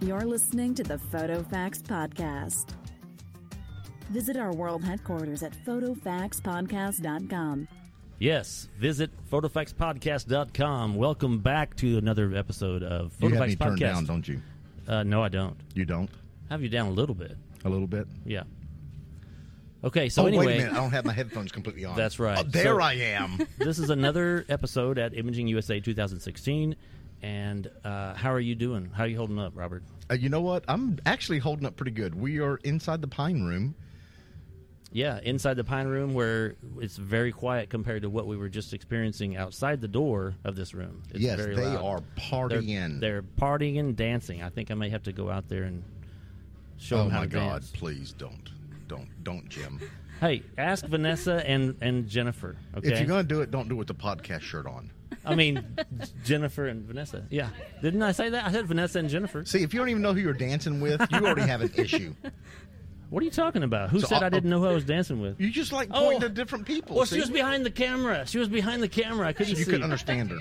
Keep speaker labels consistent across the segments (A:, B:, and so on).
A: You're listening to the Photo Facts Podcast. Visit our world headquarters at photofaxpodcast.com.
B: Yes, visit photofaxpodcast.com. Welcome back to another episode of
C: You have
B: Photofax
C: me turned down,
B: Podcast.
C: don't you?
B: uh, no, I don't.
C: You don't?
B: I have you down a little bit.
C: A little bit?
B: Yeah. Okay, so
C: oh,
B: anyway,
C: wait a minute. I don't have my headphones completely on.
B: That's right.
C: Oh, there
B: So-
C: I am.
B: this is another episode at Imaging USA 2016. And uh, how are you doing? How are you holding up, Robert?
C: Uh, you know what? I'm actually holding up pretty good. We are inside the pine room.
B: Yeah, inside the pine room where it's very quiet compared to what we were just experiencing outside the door of this room. It's
C: yes,
B: very
C: they
B: loud.
C: are
B: They're,
C: partying.
B: they're partying, dancing. I think I may have to go out there and show
C: oh
B: them how
C: my
B: to
C: God!
B: dance.
C: Please don't, don't, don't, Jim.
B: Hey, ask Vanessa and and Jennifer. Okay,
C: If you're gonna do it, don't do it with the podcast shirt on.
B: I mean Jennifer and Vanessa. Yeah, didn't I say that? I said Vanessa and Jennifer.
C: See, if you don't even know who you're dancing with, you already have an issue.
B: What are you talking about? Who
C: So
B: said I,
C: I-
B: didn't know who I was dancing with?
C: You just like
B: Oh.
C: pointing to different people.
B: Well,
C: see?
B: she was behind the camera. She was behind the camera. I couldn't
C: you
B: see.
C: couldn't understand her.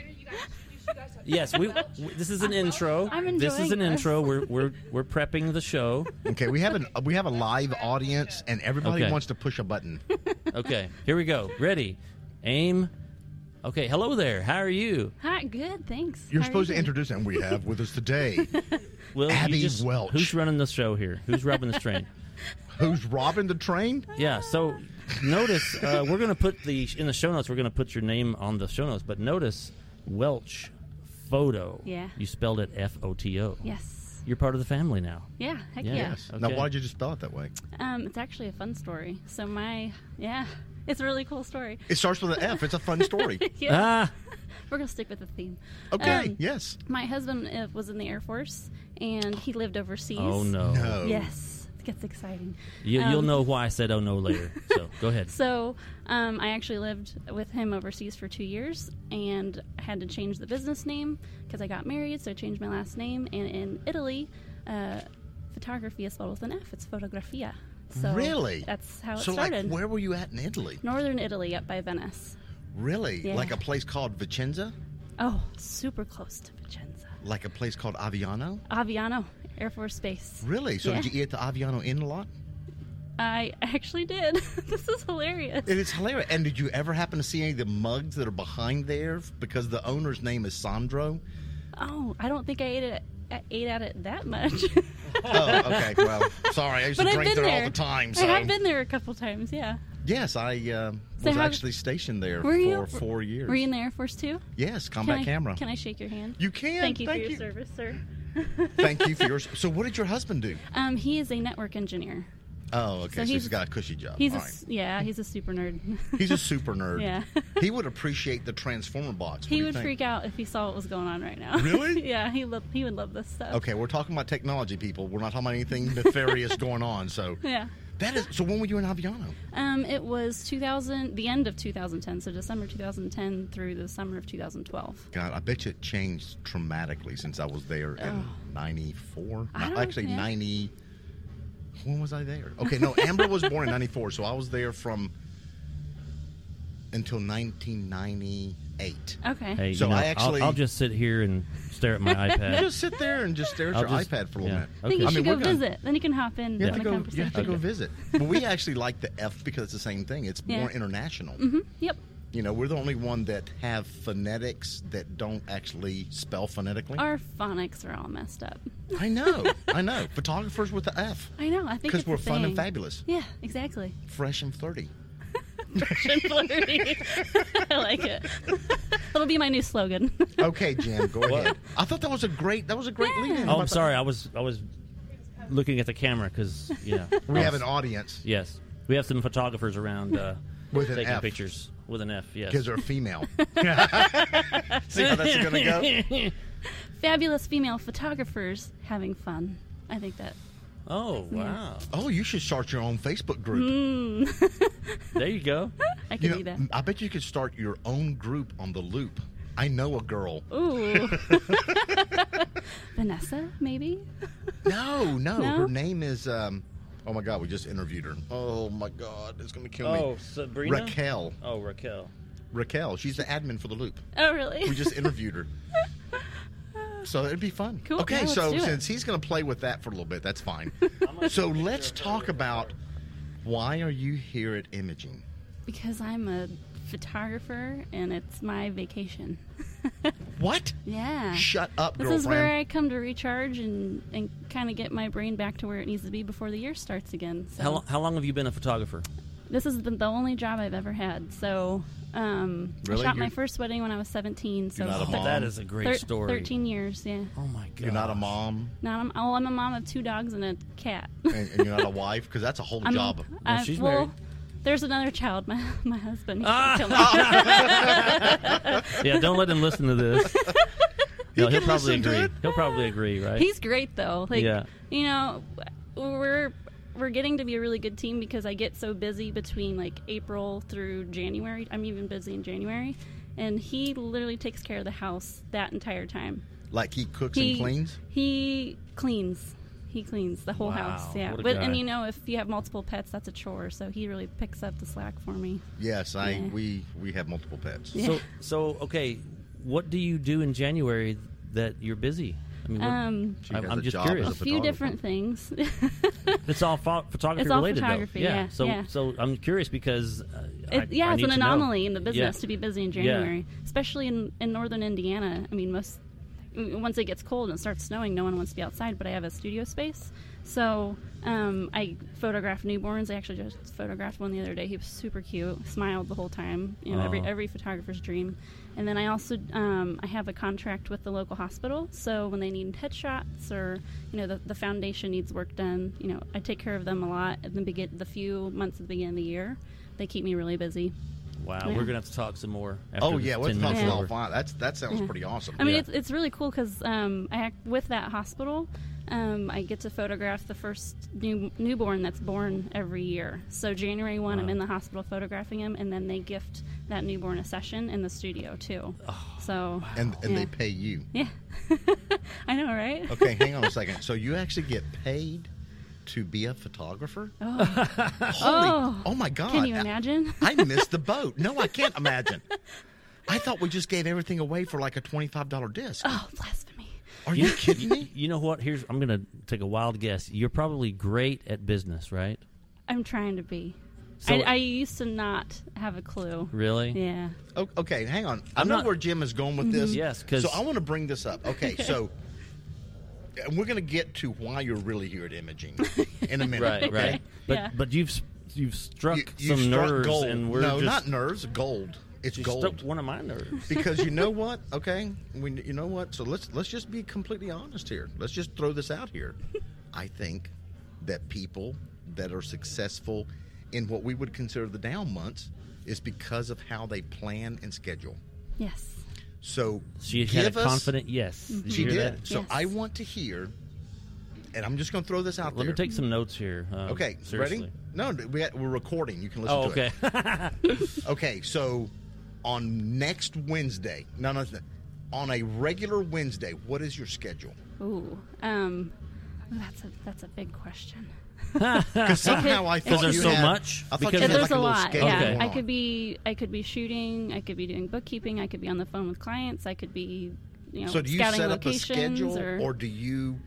B: Yes, we. we- This is an intro.
D: I'm
B: this is an
D: enjoying this.
B: intro. We're we're we're prepping the show.
C: Okay, we have an uh, we have a live audience, and everybody
B: Okay.
C: wants to push a button.
B: Okay, here we go. Ready, aim. Okay, hello there. How are you?
D: Hi, good, thanks.
C: You're
D: How are
C: supposed
D: you
C: to introduce, and we have with us today.
B: Well,
C: Abby Welch.
B: Who's running the show here? Who's rubbing the train?
C: Who's robbing the train?
D: Oh,
B: Yeah. So notice uh, we're going to put the in the show notes. We're going to put your name on the show notes, but notice Welch photo.
D: Yeah.
B: You spelled it F O T O.
D: Yes.
B: You're part of the family now.
D: Yeah, heck
B: Yeah.
D: yeah.
B: Yes.
C: Now,
B: Okay.
C: why'd you just spell it that way?
D: Um, it's actually a fun story. So my, yeah, it's a really cool story.
C: It starts with an F. It's a fun story.
D: Yeah,
B: Ah.
D: we're gonna stick with the theme.
C: Okay,
D: Um,
C: yes.
D: My husband uh, was in the Air Force, and he lived overseas.
B: Oh no.
C: No.
D: Yes, it gets exciting.
B: You, you'll
D: Um,
B: know why I said oh no later. So go ahead.
D: So um, I actually lived with him overseas for two years, and I had to change the business name because I got married. So I changed my last name, and in Italy, uh, photography is spelled with an F. It's photografia. So
C: Really?
D: That's how it
C: so,
D: started.
C: like, where were you at in Italy?
D: Northern Italy, up by Venice.
C: Really?
D: Yeah.
C: Like a place called Vicenza?
D: Oh, super close to Vicenza.
C: Like a place called Aviano?
D: Aviano Air Force Base.
C: Really? So,
D: Yeah.
C: did you eat at the Aviano Inn a lot?
D: I actually did. this is hilarious.
C: It is hilarious. And did you ever happen to see any of the mugs that are behind there? Because the owner's name is Sandro.
D: Oh, I don't think I ate it. I ate at it that much,
C: Oh, okay. Well, sorry. I used to
D: but I've
C: drink
D: been
C: there,
D: there
C: all the time.
D: I
C: So,
D: have been there a couple times. Yeah.
C: yes, I uh,
D: So
C: was
D: how-
C: actually stationed there
D: Were
C: for
D: you?
C: four years.
D: Were you in the Air Force too?
C: Yes,
D: Can
C: combat
D: I,
C: camera.
D: Can I shake your hand?
C: You can.
D: Thank you for your service, sir.
C: Thank you for yours. So, what did your husband do?
D: Um, he is a network engineer.
C: Oh, okay. So, he's,
D: he's-
C: got a cushy job.
D: He's a
C: All right.
D: s yeah, he's a super nerd.
C: He's a super nerd.
D: Yeah.
C: he would appreciate the Transformer box. What do
D: he
C: you
D: would
C: think?
D: freak out if he saw what was going on right now.
C: Really?
D: yeah, he lo- he would love this stuff.
C: Okay, we're talking about technology, people. We're not talking about anything nefarious going on. So
D: Yeah.
C: that is. So when were you in Aviano?
D: Um, it was 2000, the end of 2010, so December 2010 through the summer of 2012.
C: God, I bet you it changed dramatically since I was there in '94.
D: I don't-
C: Actually,
D: yeah.
C: '90. When was I there? Okay, no, Amber was born in '94, so I was there from until 1998.
D: Okay.
B: Hey,
C: So
B: you know,
C: I
B: I'll-
C: actually-
B: I'll, just sit here and stare at my iPad.
C: Just sit there and just stare at
B: I'll
C: your
B: just-
C: iPad for a little
B: yeah.
C: minute.
D: I think you
B: Okay.
D: should
C: I mean,
D: go
C: we're gonna-
D: visit. Then you can hop in
C: You have,
D: on the
C: to go, you have
D: conversation.
C: to go
B: Okay.
C: visit. But we actually like the F because it's the same thing. It's
D: Yeah. Mm-hmm.
C: more international.
D: Yep.
C: You know, we're the only one that have phonetics that don't actually spell phonetically.
D: Our phonics are all messed up.
C: I know. I know. Photographers with the F.
D: I know. I think
C: Because
D: it's a
C: we're fun and
D: thing.
C: fabulous,
D: Yeah, exactly.
C: fresh and flirty.
D: Flirty. I like it. It'll be my new slogan.
C: Okay, Jim, go ahead. I thought that was a great. That was a great
D: Yeah.
C: lead.
B: oh, I'm sorry. I was I was looking at the camera because yeah.
C: We
B: I
C: have
B: was-
C: an audience
B: Yes, we have some photographers around uh,
C: With an
B: taking
C: F.
B: pictures with an F. Yes.
C: because they're female. See how that's gonna go.
D: Fabulous female photographers having fun. I think that.
B: Oh wow!
C: Oh, you should start your own Facebook group.
B: There you go.
D: I can
C: You
D: do
C: know,
D: that.
C: I bet you could start your own group on the Loop. I know a girl.
D: Ooh. Vanessa, maybe?
C: No, no,
D: No?
C: Her name is. Um, oh my God, we just interviewed her. Oh my God, it's gonna kill
B: Oh,
C: me.
B: Sabrina.
C: Raquel.
B: Oh, Raquel.
C: Raquel. She's the admin for the Loop.
D: Oh, really?
C: We just interviewed her. so it'd be fun.
D: Cool.
C: Okay,
D: Yeah, let's
C: so
D: do it.
C: since he's going to play with that for a little bit, that's fine. so let's talk about why are you here at Imaging?
D: Because I'm a photographer and it's my vacation.
C: What?
D: yeah.
C: Shut up,
D: This
C: girlfriend.
D: is where I come to recharge and, and kind of get my brain back to where it needs to be before the year starts again. So
B: How, lo- how long have you been a photographer?
D: this has been the only job I've ever had. So um,
C: Really?
D: I shot
C: You're-
D: my first wedding when I was 17. So
C: You're not a
D: thir-
C: mom.
B: That is a great
D: thir-
B: story.
D: 13 years, yeah.
B: Oh my god!
C: You're not a mom
D: Now I'm, oh, I'm a mom of two dogs and a cat.
C: and, and you're not a wife because that's a whole
D: I'm,
C: job.
D: I-
B: she's
D: well,
B: married.
D: There's another child, my, my husband. He's
B: Ah.
D: gonna kill me.
B: Yeah, don't let him listen to this. no,
C: He
B: he'll
C: can
B: probably
C: listen to
B: agree.
C: it.
B: He'll probably agree, right?
D: He's great though. Like
B: Yeah.
D: you know, we're we're getting to be a really good team because I get so busy between like April through January. I'm even busy in January, and he literally takes care of the house that entire time.
C: Like he cooks
D: He
C: and cleans.
D: He cleans. He cleans the whole
B: Wow,
D: house. Yeah.
B: what a
D: But
B: guy.
D: and you know, if you have multiple pets, that's a chore. So he really picks up the slack for me.
C: Yes, I
D: Yeah.
C: we we have multiple pets.
D: Yeah.
B: so so okay. What do you do in January that you're busy? I mean, what-
D: Um,
C: She
B: I'm-
C: has
B: I'm
C: a
B: just
C: job
B: curious.
D: a
C: as a
D: few
C: photographer.
D: different things.
B: it's all pho- photography
D: It's all
B: related,
D: photography,
B: though.
D: yeah,
B: So
D: yeah.
B: so I'm curious because uh, I-
D: It, yeah,
B: I
D: it's
B: need
D: an
B: to know.
D: anomaly in the business
B: Yeah.
D: to be busy in
B: Yeah.
D: January, especially in, in northern Indiana. I mean, most once it gets cold and it starts snowing, no one wants to be outside. But I have a studio space, so um, I photograph newborns. I actually just photographed one the other day. He was super cute, smiled the whole time. You know, every
B: Aw.
D: every photographer's dream. And then I also um, I have a contract with the local hospital, so when they need headshots or you know the, the foundation needs work done, you know I take care of them a lot. At the begin the few months at the beginning of the year, they keep me really busy.
B: Wow,
D: Yeah.
B: we're gonna have to talk some more. After
C: Oh
B: the
C: yeah, what's
B: 10
C: not
B: minutes
D: minutes
B: over.
C: yeah. That's that sounds
D: Yeah.
C: pretty awesome.
D: I mean,
B: Yeah.
D: it's, it's really cool because um, I act with that hospital. Um, I get to photograph the first new, newborn that's born every year. So January one, I'm
B: Wow.
D: in the hospital photographing him, and then they gift that newborn a session in the studio too.
B: Oh,
D: so
C: and and
D: yeah.
C: they pay you.
D: yeah, I know, right?
B: Oh,
C: Okay, hang on a second. So you actually get paid to be a photographer? Oh, Holy, oh,
D: Oh.
C: my god!
D: Can you imagine?
C: I, I missed the boat. No, I can't imagine. I thought we just gave everything away for like a twenty-five dollar disc.
D: oh, blasphemy!
C: Are you kidding me?
B: You know what? Here's I'm gonna take a wild guess. You're probably great at business, right?
D: I'm trying to be.
B: So-
D: I, I used to not have a clue.
B: Really?
D: Yeah.
C: O- Okay, hang on. I
B: I'm
C: know
B: not- Mm-hmm.
C: where Jim is going with this.
B: Yes, 'cause-
C: so I want to bring this up. Okay, so and we're going to get to why you're really here at Imaging in a minute.
B: Right,
C: okay?
B: right. But
D: Yeah.
B: but you've s- you've struck
C: You, you
B: some
C: struck
B: nerves,
C: gold.
B: and we're
C: no,
B: just
C: not nerves. Gold. It's
B: you
C: gold.
B: struck one of my nerves.
C: because you know what? Okay, we, you know what? So let's let's just be completely honest here. Let's just throw this out here. I think that people that are successful in what we would consider the down months is because of how they plan and schedule.
D: Yes.
C: So
B: She
C: give
B: had a
C: us-
B: confident yes. Did
C: She
B: you hear
C: did.
B: that?
C: So
D: Yes.
C: I want to hear, and I'm just going to throw this out
B: Let
C: there.
B: me take some notes here. Um,
C: Okay,
B: seriously.
C: ready? No, we got, we're recording. You can listen
B: Oh,
C: to
B: okay.
C: it. Okay, so on next Wednesday, no, no, no, on a regular Wednesday, what is your schedule?
D: Ooh. Um. That's a that's a big question.
C: Because somehow I thought
B: there's
C: you
B: so
C: had-
B: much?
C: I thought
B: Because
C: you had
D: Because
C: like
D: there's
C: a,
D: a
C: little
D: lot.
C: schedule
D: Yeah,
B: Okay.
C: going
D: I
C: on.
D: could be I could be shooting. I could be doing bookkeeping. I could be on the phone with clients. I could be you know
C: So do you
D: scouting
C: set up a
D: locations
C: schedule,
D: or,
C: do you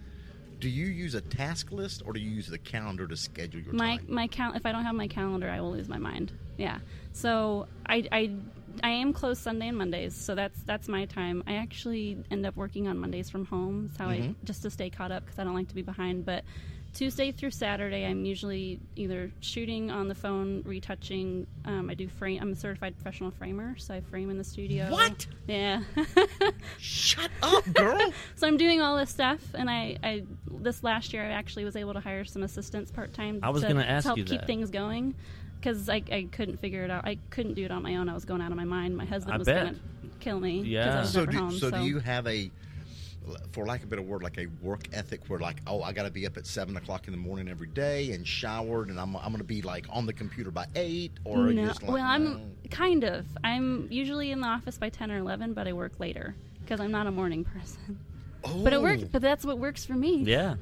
C: do you use a task list, or do you use the calendar to schedule your
D: my
C: time?
D: my cal- If I don't have my calendar, I will lose my mind. Yeah. So I I I am closed Sunday and Mondays. So that's that's my time. I actually end up working on Mondays from home. That's how I just to stay caught up because I don't like to be behind. But Tuesday through Saturday, I'm usually either shooting on the phone, retouching. Um, I do frame. I'm a certified professional framer, so I frame in the studio.
C: What?
D: Yeah.
C: Shut up, girl.
D: So I'm doing all this stuff, and I, I this last year I actually was able to hire some assistants part time.
B: I was
D: to,
B: gonna ask
D: help
B: you
D: keep
B: that.
D: things going because I, I couldn't figure it out. I couldn't do it on my own. I was going out of my mind. My husband
B: I
D: was
B: bet.
D: gonna kill me. 'cause
B: Yeah.
D: I was
C: so
D: never
C: do,
D: home,
C: so do you have a for lack of a better word like a work ethic where like oh i gotta be up at seven o'clock in the morning every day and showered and i'm, I'm gonna be like on the computer by eight or are you
D: No.
C: just like
D: well, I'm
C: no?
D: kind of. I'm usually in the office by ten or eleven, but I work later because I'm not a morning person.
C: oh,
D: But it works. But that's what works for me.
B: yeah.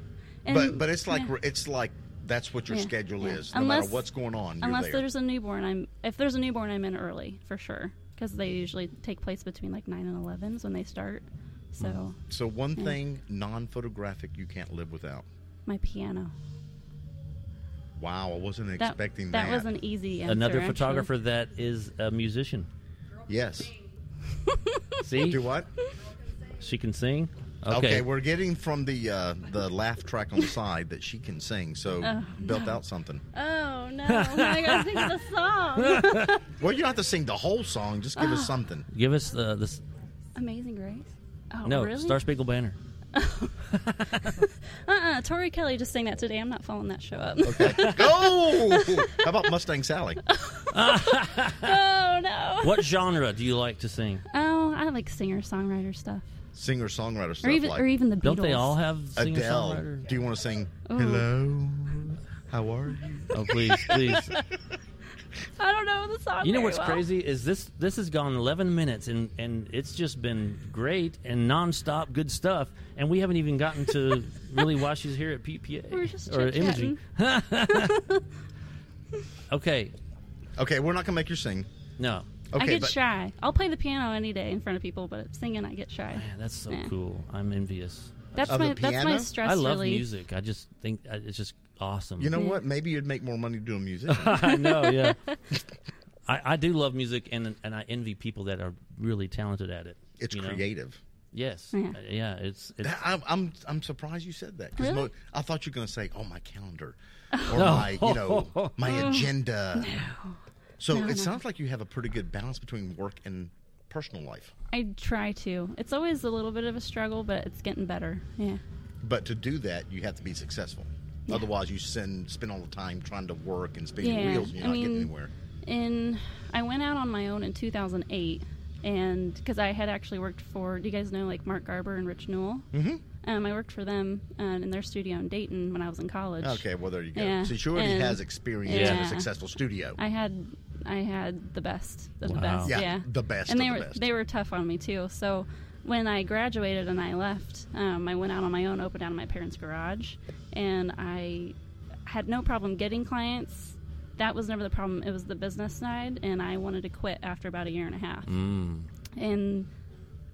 D: And-
C: but but it's like
D: yeah.
C: it's like that's what your
D: Yeah,
C: schedule
D: yeah.
C: is no
D: Unless-
C: matter what's going on
D: unless
C: you're there
D: there's a newborn i'm if there's a newborn i'm in early for sure because they usually take place between like 9 and 11 is when they start So
C: So one thing non-photographic you can't live without.
D: my piano.
C: Wow, I wasn't
D: That,
C: expecting that.
D: that was an easy answer.
B: Another
D: actually.
B: photographer that is a musician.
C: yes.
B: See,
C: Do what?
B: she can sing. Okay,
C: Okay. we're getting from the uh, the laugh track on the side that she can sing. So belt out something.
D: Oh no! Now I gotta think of the song.
C: Well, you don't have to sing the whole song. Just
D: Ah.
C: give us something.
B: give us the this.
D: Amazing Grace. Oh
B: No,
D: really?
B: Star Spangled Banner.
D: uh-uh, Tori Kelly just sang that today. I'm not following that show up.
C: Okay. Go. How about Mustang Sally?
D: oh no.
B: What genre do you like to sing?
D: Oh, I like singer songwriter stuff,
C: Singer songwriter stuff
D: or even
C: like
D: or even the Beatles.
B: Don't they all have singer
C: Adele.
B: songwriter?
C: Do you want to sing
D: Ooh.
C: Hello? How are you?
B: Oh please, please.
D: I don't know the song.
B: You know
D: very
B: what's
D: well.
B: crazy is this. This has gone 11 minutes, and and it's just been great and nonstop good stuff. And we haven't even gotten to really why she's here at PPA
D: We're just
B: or imaging. okay,
C: Okay, we're not gonna make you sing.
B: no,
C: Okay,
D: I get
C: but
D: shy. I'll play the piano any day in front of people, but singing I get shy.
B: Man, that's so
D: Nah.
B: cool. I'm envious.
D: That's
C: Of the
D: my that's my
C: piano?
D: stress
B: I love
D: relief.
B: music. I just think I- it's just awesome.
C: you know what? Maybe you'd make more money doing music.
B: I know. Yeah, I, I do love music, and and I envy people that are really talented at it.
C: it's
B: you know?
C: creative.
B: Yes.
D: Yeah.
B: Yeah. yeah it's. it's
C: That- I'm, I'm I'm surprised you said that. 'cause
D: Really?
C: mo- I thought you were going to say, "Oh, my calendar," or my you know my agenda. So it sounds like you have a pretty good balance between work and personal life.
D: I try to. It's always a little bit of a struggle, but it's getting better. Yeah.
C: But to do that, you have to be successful. Otherwise, you spend spend all the time trying to work and spinning
D: Yeah,
C: wheels, and you're
D: I
C: not
D: mean-
C: getting anywhere.
D: in I went out on my own in 2008, and because I had actually worked for, do you guys know like Mark Garber and Rich Newell? Mm-hmm. Um, I worked for them uh, in their studio in Dayton when I was in college.
C: Okay, well there you go.
D: Yeah,
C: So she already
D: and-
C: has experience in a
D: Yeah.
C: successful studio.
D: I had I had the best of the
B: Wow.
D: best.
C: Yeah,
D: Yeah,
C: the best of
D: And they
C: the
D: were
C: best.
D: they were tough on me too. So when I graduated and I left, um, I went out on my own, opened out of my parents' garage, and I had no problem getting clients. That was never the problem. It was the business side, and I wanted to quit after about a year and a half.
C: Mm.
D: And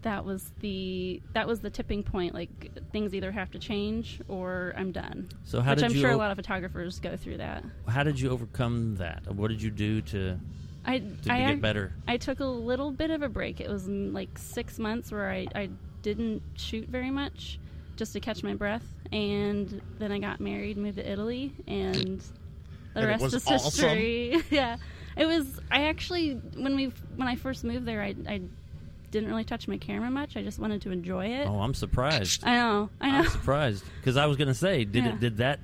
D: that was the that was the tipping point. Like things either have to change or I'm done.
B: So how
D: which
B: did
D: I'm
B: you
D: sure a
B: o-
D: lot of photographers go through that.
B: how did you overcome that? What did you do to
D: I
B: to,
D: I
B: to
D: ac-
B: get better?
D: I took a little bit of a break. It was mm, like six months where I, I didn't shoot very much just to catch my breath. And then I got married, moved to Italy, and the
C: And it
D: rest
C: was
D: is
C: awesome.
D: history. yeah. It was, I actually, when we when I first moved there, I, I didn't really touch my camera much. I just wanted to enjoy it.
B: Oh, I'm surprised.
D: I know. I
B: I'm
D: know.
B: surprised because I was going to say, did
D: Yeah.
B: it, did that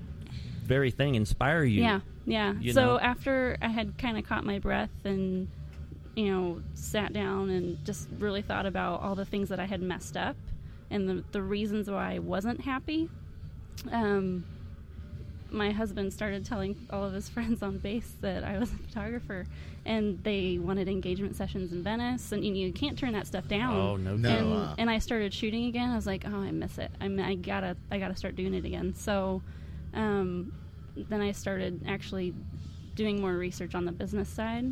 B: very thing inspire you?
D: Yeah, yeah.
B: you
D: so
B: know?
D: after I had kind of caught my breath and you know sat down and just really thought about all the things that I had messed up and the the reasons why I wasn't happy. Um, my husband started telling all of his friends on base that I was a photographer, and they wanted engagement sessions in Venice, and you, you can't turn that stuff down.
B: Oh no.
C: No.
B: kidding.
D: And,
C: uh,
D: and I started shooting again. I was like, oh, I miss it. I, mean, I gotta, I gotta start doing it again. So, um, then I started actually doing more research on the business side.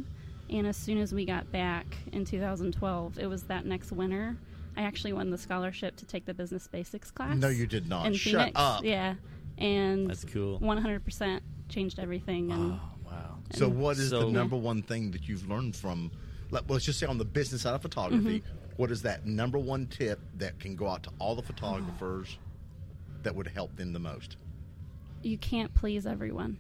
D: And as soon as we got back in 2012, it was that next winter. I actually won the scholarship to take the business basics class.
C: No, you did not.
D: In
C: Shut
D: Phoenix.
C: up.
D: Yeah, and
B: That's cool.
D: 100% changed everything. And
B: Oh, wow.
C: So, what is the
B: So-
C: number one thing that you've learned from? Let, let's just say on the business side of photography,
D: Mm-hmm.
C: what is that number one tip that can go out to all the photographers that would help them the most?
D: you can't please everyone.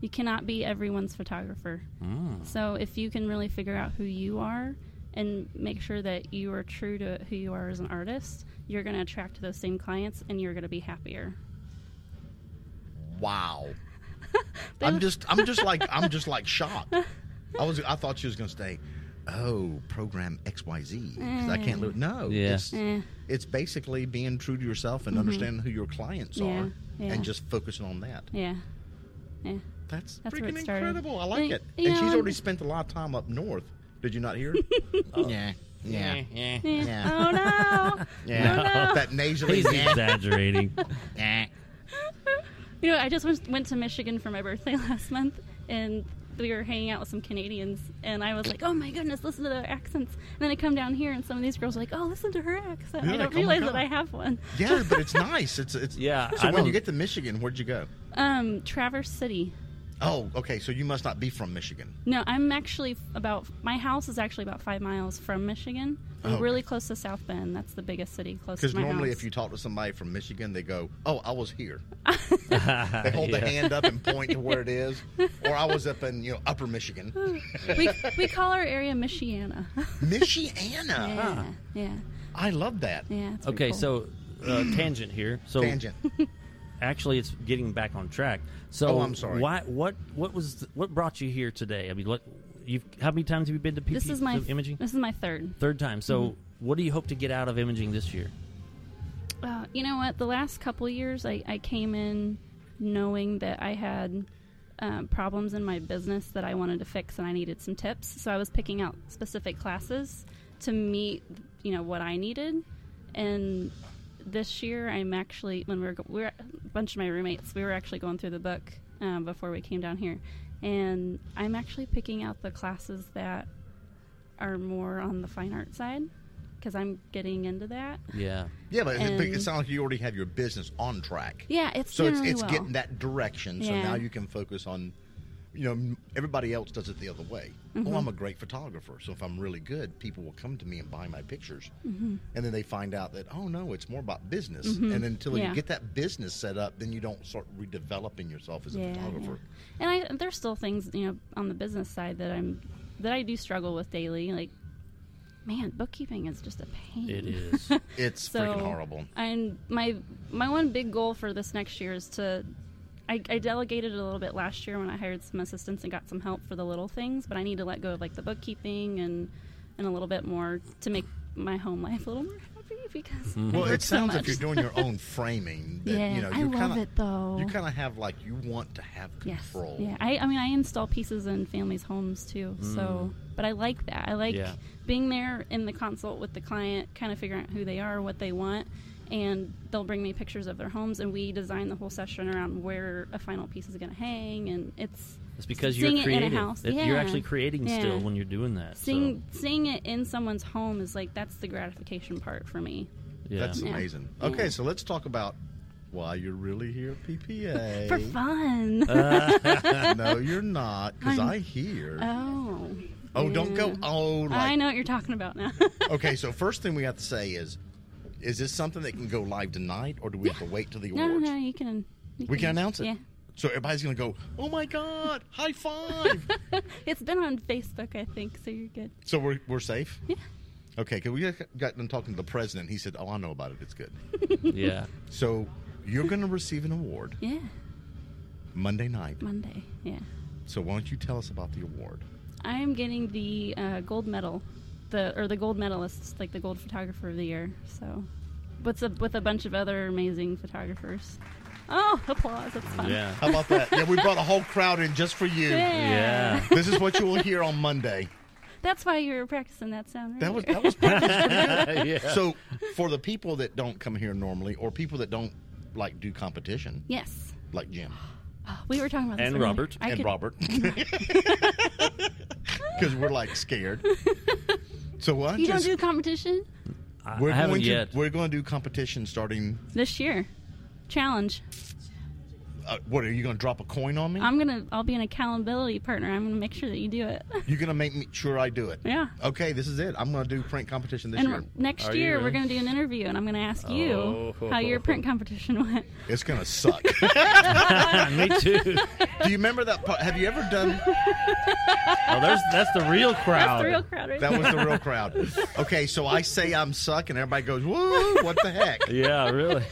D: You cannot be everyone's photographer.
C: Mm.
D: So if you can really figure out who you are and make sure that you are true to who you are as an artist, you're going to attract those same clients and you're going to be happier.
C: Wow. I'm just, I'm just like, I'm just like shocked. I was, I thought she was going to say, "Oh, program X Y Z," because I can't live. No,
B: Yeah.
C: it's,
D: Eh. Mm-hmm.
C: it's basically being true to yourself and understanding who your clients
D: Yeah,
C: are,
D: yeah.
C: and just focusing on that.
D: Yeah. Yeah.
C: That's,
D: That's where
C: freaking
D: it started.
C: incredible. I like
D: And,
C: it.
D: you
C: And she's
D: know-
C: already spent a lot of time up north. Did you not hear? Oh. yeah. Yeah.
B: He's
D: Eh.
C: Yeah.
D: Oh no.
C: Yeah.
D: Oh, no.
C: That nasally. yeah.
B: exaggerating.
C: yeah.
D: You know, I just went- went to Michigan for my birthday last month and we were hanging out with some Canadians, and I was like, "Oh my goodness, listen to their accents." And then I come down here, and some of these girls are like, "Oh, listen to her accent."
C: You're
D: I
C: like,
D: don't
C: "Oh my
D: realize
C: God."
D: that I have one.
C: Yeah, but it's nice. It's it's
B: Yeah,
C: So
B: I
C: when you
B: don't-
C: get to Michigan, where'd you go?
D: Um, Traverse City.
C: Oh, okay. So you must not be from Michigan.
D: No, I'm actually f- about. My house is actually about five miles from Michigan. I'm
C: Oh, okay.
D: really close to South Bend. That's the biggest city close
C: Because
D: to Oh my
C: normally,
D: house.
C: if you talk to somebody from Michigan, they go, "Oh, I was here." they hold the hand up and point to where it is, or I was up in you know Upper Michigan,
D: we, we call our area Michiana.
C: Ah. Michiana.
D: yeah, yeah,
C: I love that
D: yeah. it's pretty
B: Okay,
D: cool.
B: so uh, tangent here. So
C: tangent.
B: actually, it's getting back on track. So
C: Oh, I'm sorry.
B: Why? What? What was? th- what brought you here today? I mean, what? You've how many times have you been to PP
D: this is my
B: to imaging?
D: This Mm-hmm. is my third.
B: Third time. So what do you hope to get out of imaging this year?
D: Uh, you know what? The last couple years, I, I came in knowing that I had um, problems in my business that I wanted to fix, and I needed some tips. So I was picking out specific classes to meet, you know, what I needed. And this year, I'm actually when we were, go- we were a bunch of my roommates, we were actually going through the book um, before we came down here, and I'm actually picking out the classes that are more on the fine art side because I'm getting into that.
B: Yeah.
C: Yeah, but it, but it
D: And-
C: sounds like you already have your business on track.
D: Yeah, it's
C: So it's,
D: doing
C: it's
D: well.
C: getting that direction. So
D: Yeah.
C: now you can focus on, you know, m- everybody else does it the other way.
D: Mm-hmm.
C: Oh, I'm a great photographer. So if I'm really good, people will come to me and buy my pictures.
D: Mm-hmm.
C: And then they find out that, oh, no, it's more about business. And until
D: Yeah.
C: you get that business set up, then you don't start redeveloping yourself as a photographer.
D: yeah. And I there's still things you know on the business side that I'm that I do struggle with daily. Like, man, bookkeeping is just a pain.
B: It is.
C: It's
D: So
C: freaking horrible.
D: And my my one big goal for this next year is to. I, I delegated a little bit last year when I hired some assistants and got some help for the little things, but I need to let go of like the bookkeeping and and a little bit more to make my home life a little more happy because I
C: Well,
D: work
C: it
D: so
C: sounds like
D: much.
C: you're doing your own framing. That,
D: Yeah,
C: you know,
D: I
C: you
D: love
C: kinda,
D: it, though.
C: You kind of have like you want to have
D: Yes.
C: control.
D: Yeah. I, I mean, I install pieces in families' homes too. So, but I like that. I like
B: Mm. Yeah.
D: being there in the consult with the client, kind of figuring out who they are, what they want, and they'll bring me pictures of their homes, and we design the whole session around where a final piece is going to hang, and it's
B: It's because
D: Seeing
B: you're
D: it in a
B: creative.
D: house.
B: It- You're
D: Yeah.
B: actually creating
D: Yeah.
B: still when you're doing that. so,
D: seeing seeing it in someone's home is like that's the gratification part for me.
B: yeah.
C: That's amazing. Okay, so let's talk about why you're really here at PPA.
D: For fun.
B: Uh,
C: no, you're not, because
D: I'm-
C: I hear.
D: oh.
C: oh, don't go.
D: yeah.
C: Oh, like.
D: I know what you're talking about now.
C: Okay, so first thing we have to say is, is this something that can go live tonight, or do we have to wait till the
D: no,
C: awards?
D: no, no. You can. You
C: We can announce it.
D: Yeah.
C: So everybody's gonna go. Oh my God! High five!
D: It's been on Facebook, I think, so you're good.
C: so we're we're safe. Yeah. Okay, because we just got done talking to the president. He said, "Oh, I know about it. It's good."
B: yeah.
C: so you're gonna receive an award
D: Yeah,
C: Monday night.
D: Monday. Yeah.
C: So why don't you tell us about the award?
D: I am getting the uh, gold medal, the or the gold medalist, like the gold photographer of the year. So, with a, with a bunch of other amazing photographers. Oh, applause! That's fun.
B: Yeah.
C: How about that? yeah, we brought a whole crowd in just for you.
D: Yeah.
B: Yeah.
C: This is what you will hear on Monday.
D: That's why you were practicing that sound.
C: That was
D: earlier.
C: that was pretty good.
B: Yeah.
C: So for the people that don't come here normally, or people that don't like do competition,
D: yes.
C: like Jim
D: Oh, we were talking about this
B: And
D: earlier.
B: Robert.
D: I
C: and
D: could-
C: Robert, because we're like scared. So what?
D: You don't do competition
B: I,
C: we're
B: I haven't
C: going
B: yet.
C: to we're going to do competition starting.
D: this year. Challenge.
C: Uh, what are you going to drop a coin on me?
D: I'm gonna. I'll be an accountability partner. I'm gonna make sure that you do it.
C: You're going to make me sure I do it.
D: yeah.
C: Okay, this is it. I'm going to do print competition this
D: And
C: year.
D: next
B: Are you
D: year, we're
B: really?
D: going to do an interview, and I'm going to ask you
B: Oh.
D: how your print competition went.
C: It's going to suck.
B: Me too.
C: Do you remember that part? Have you ever done?
B: Oh, there's that's the real crowd.
D: That's the real crowd right
C: That
D: there.
C: was the real crowd. Okay, so I say I'm suck, and everybody goes, "Woo! What the heck?"
B: Yeah, really.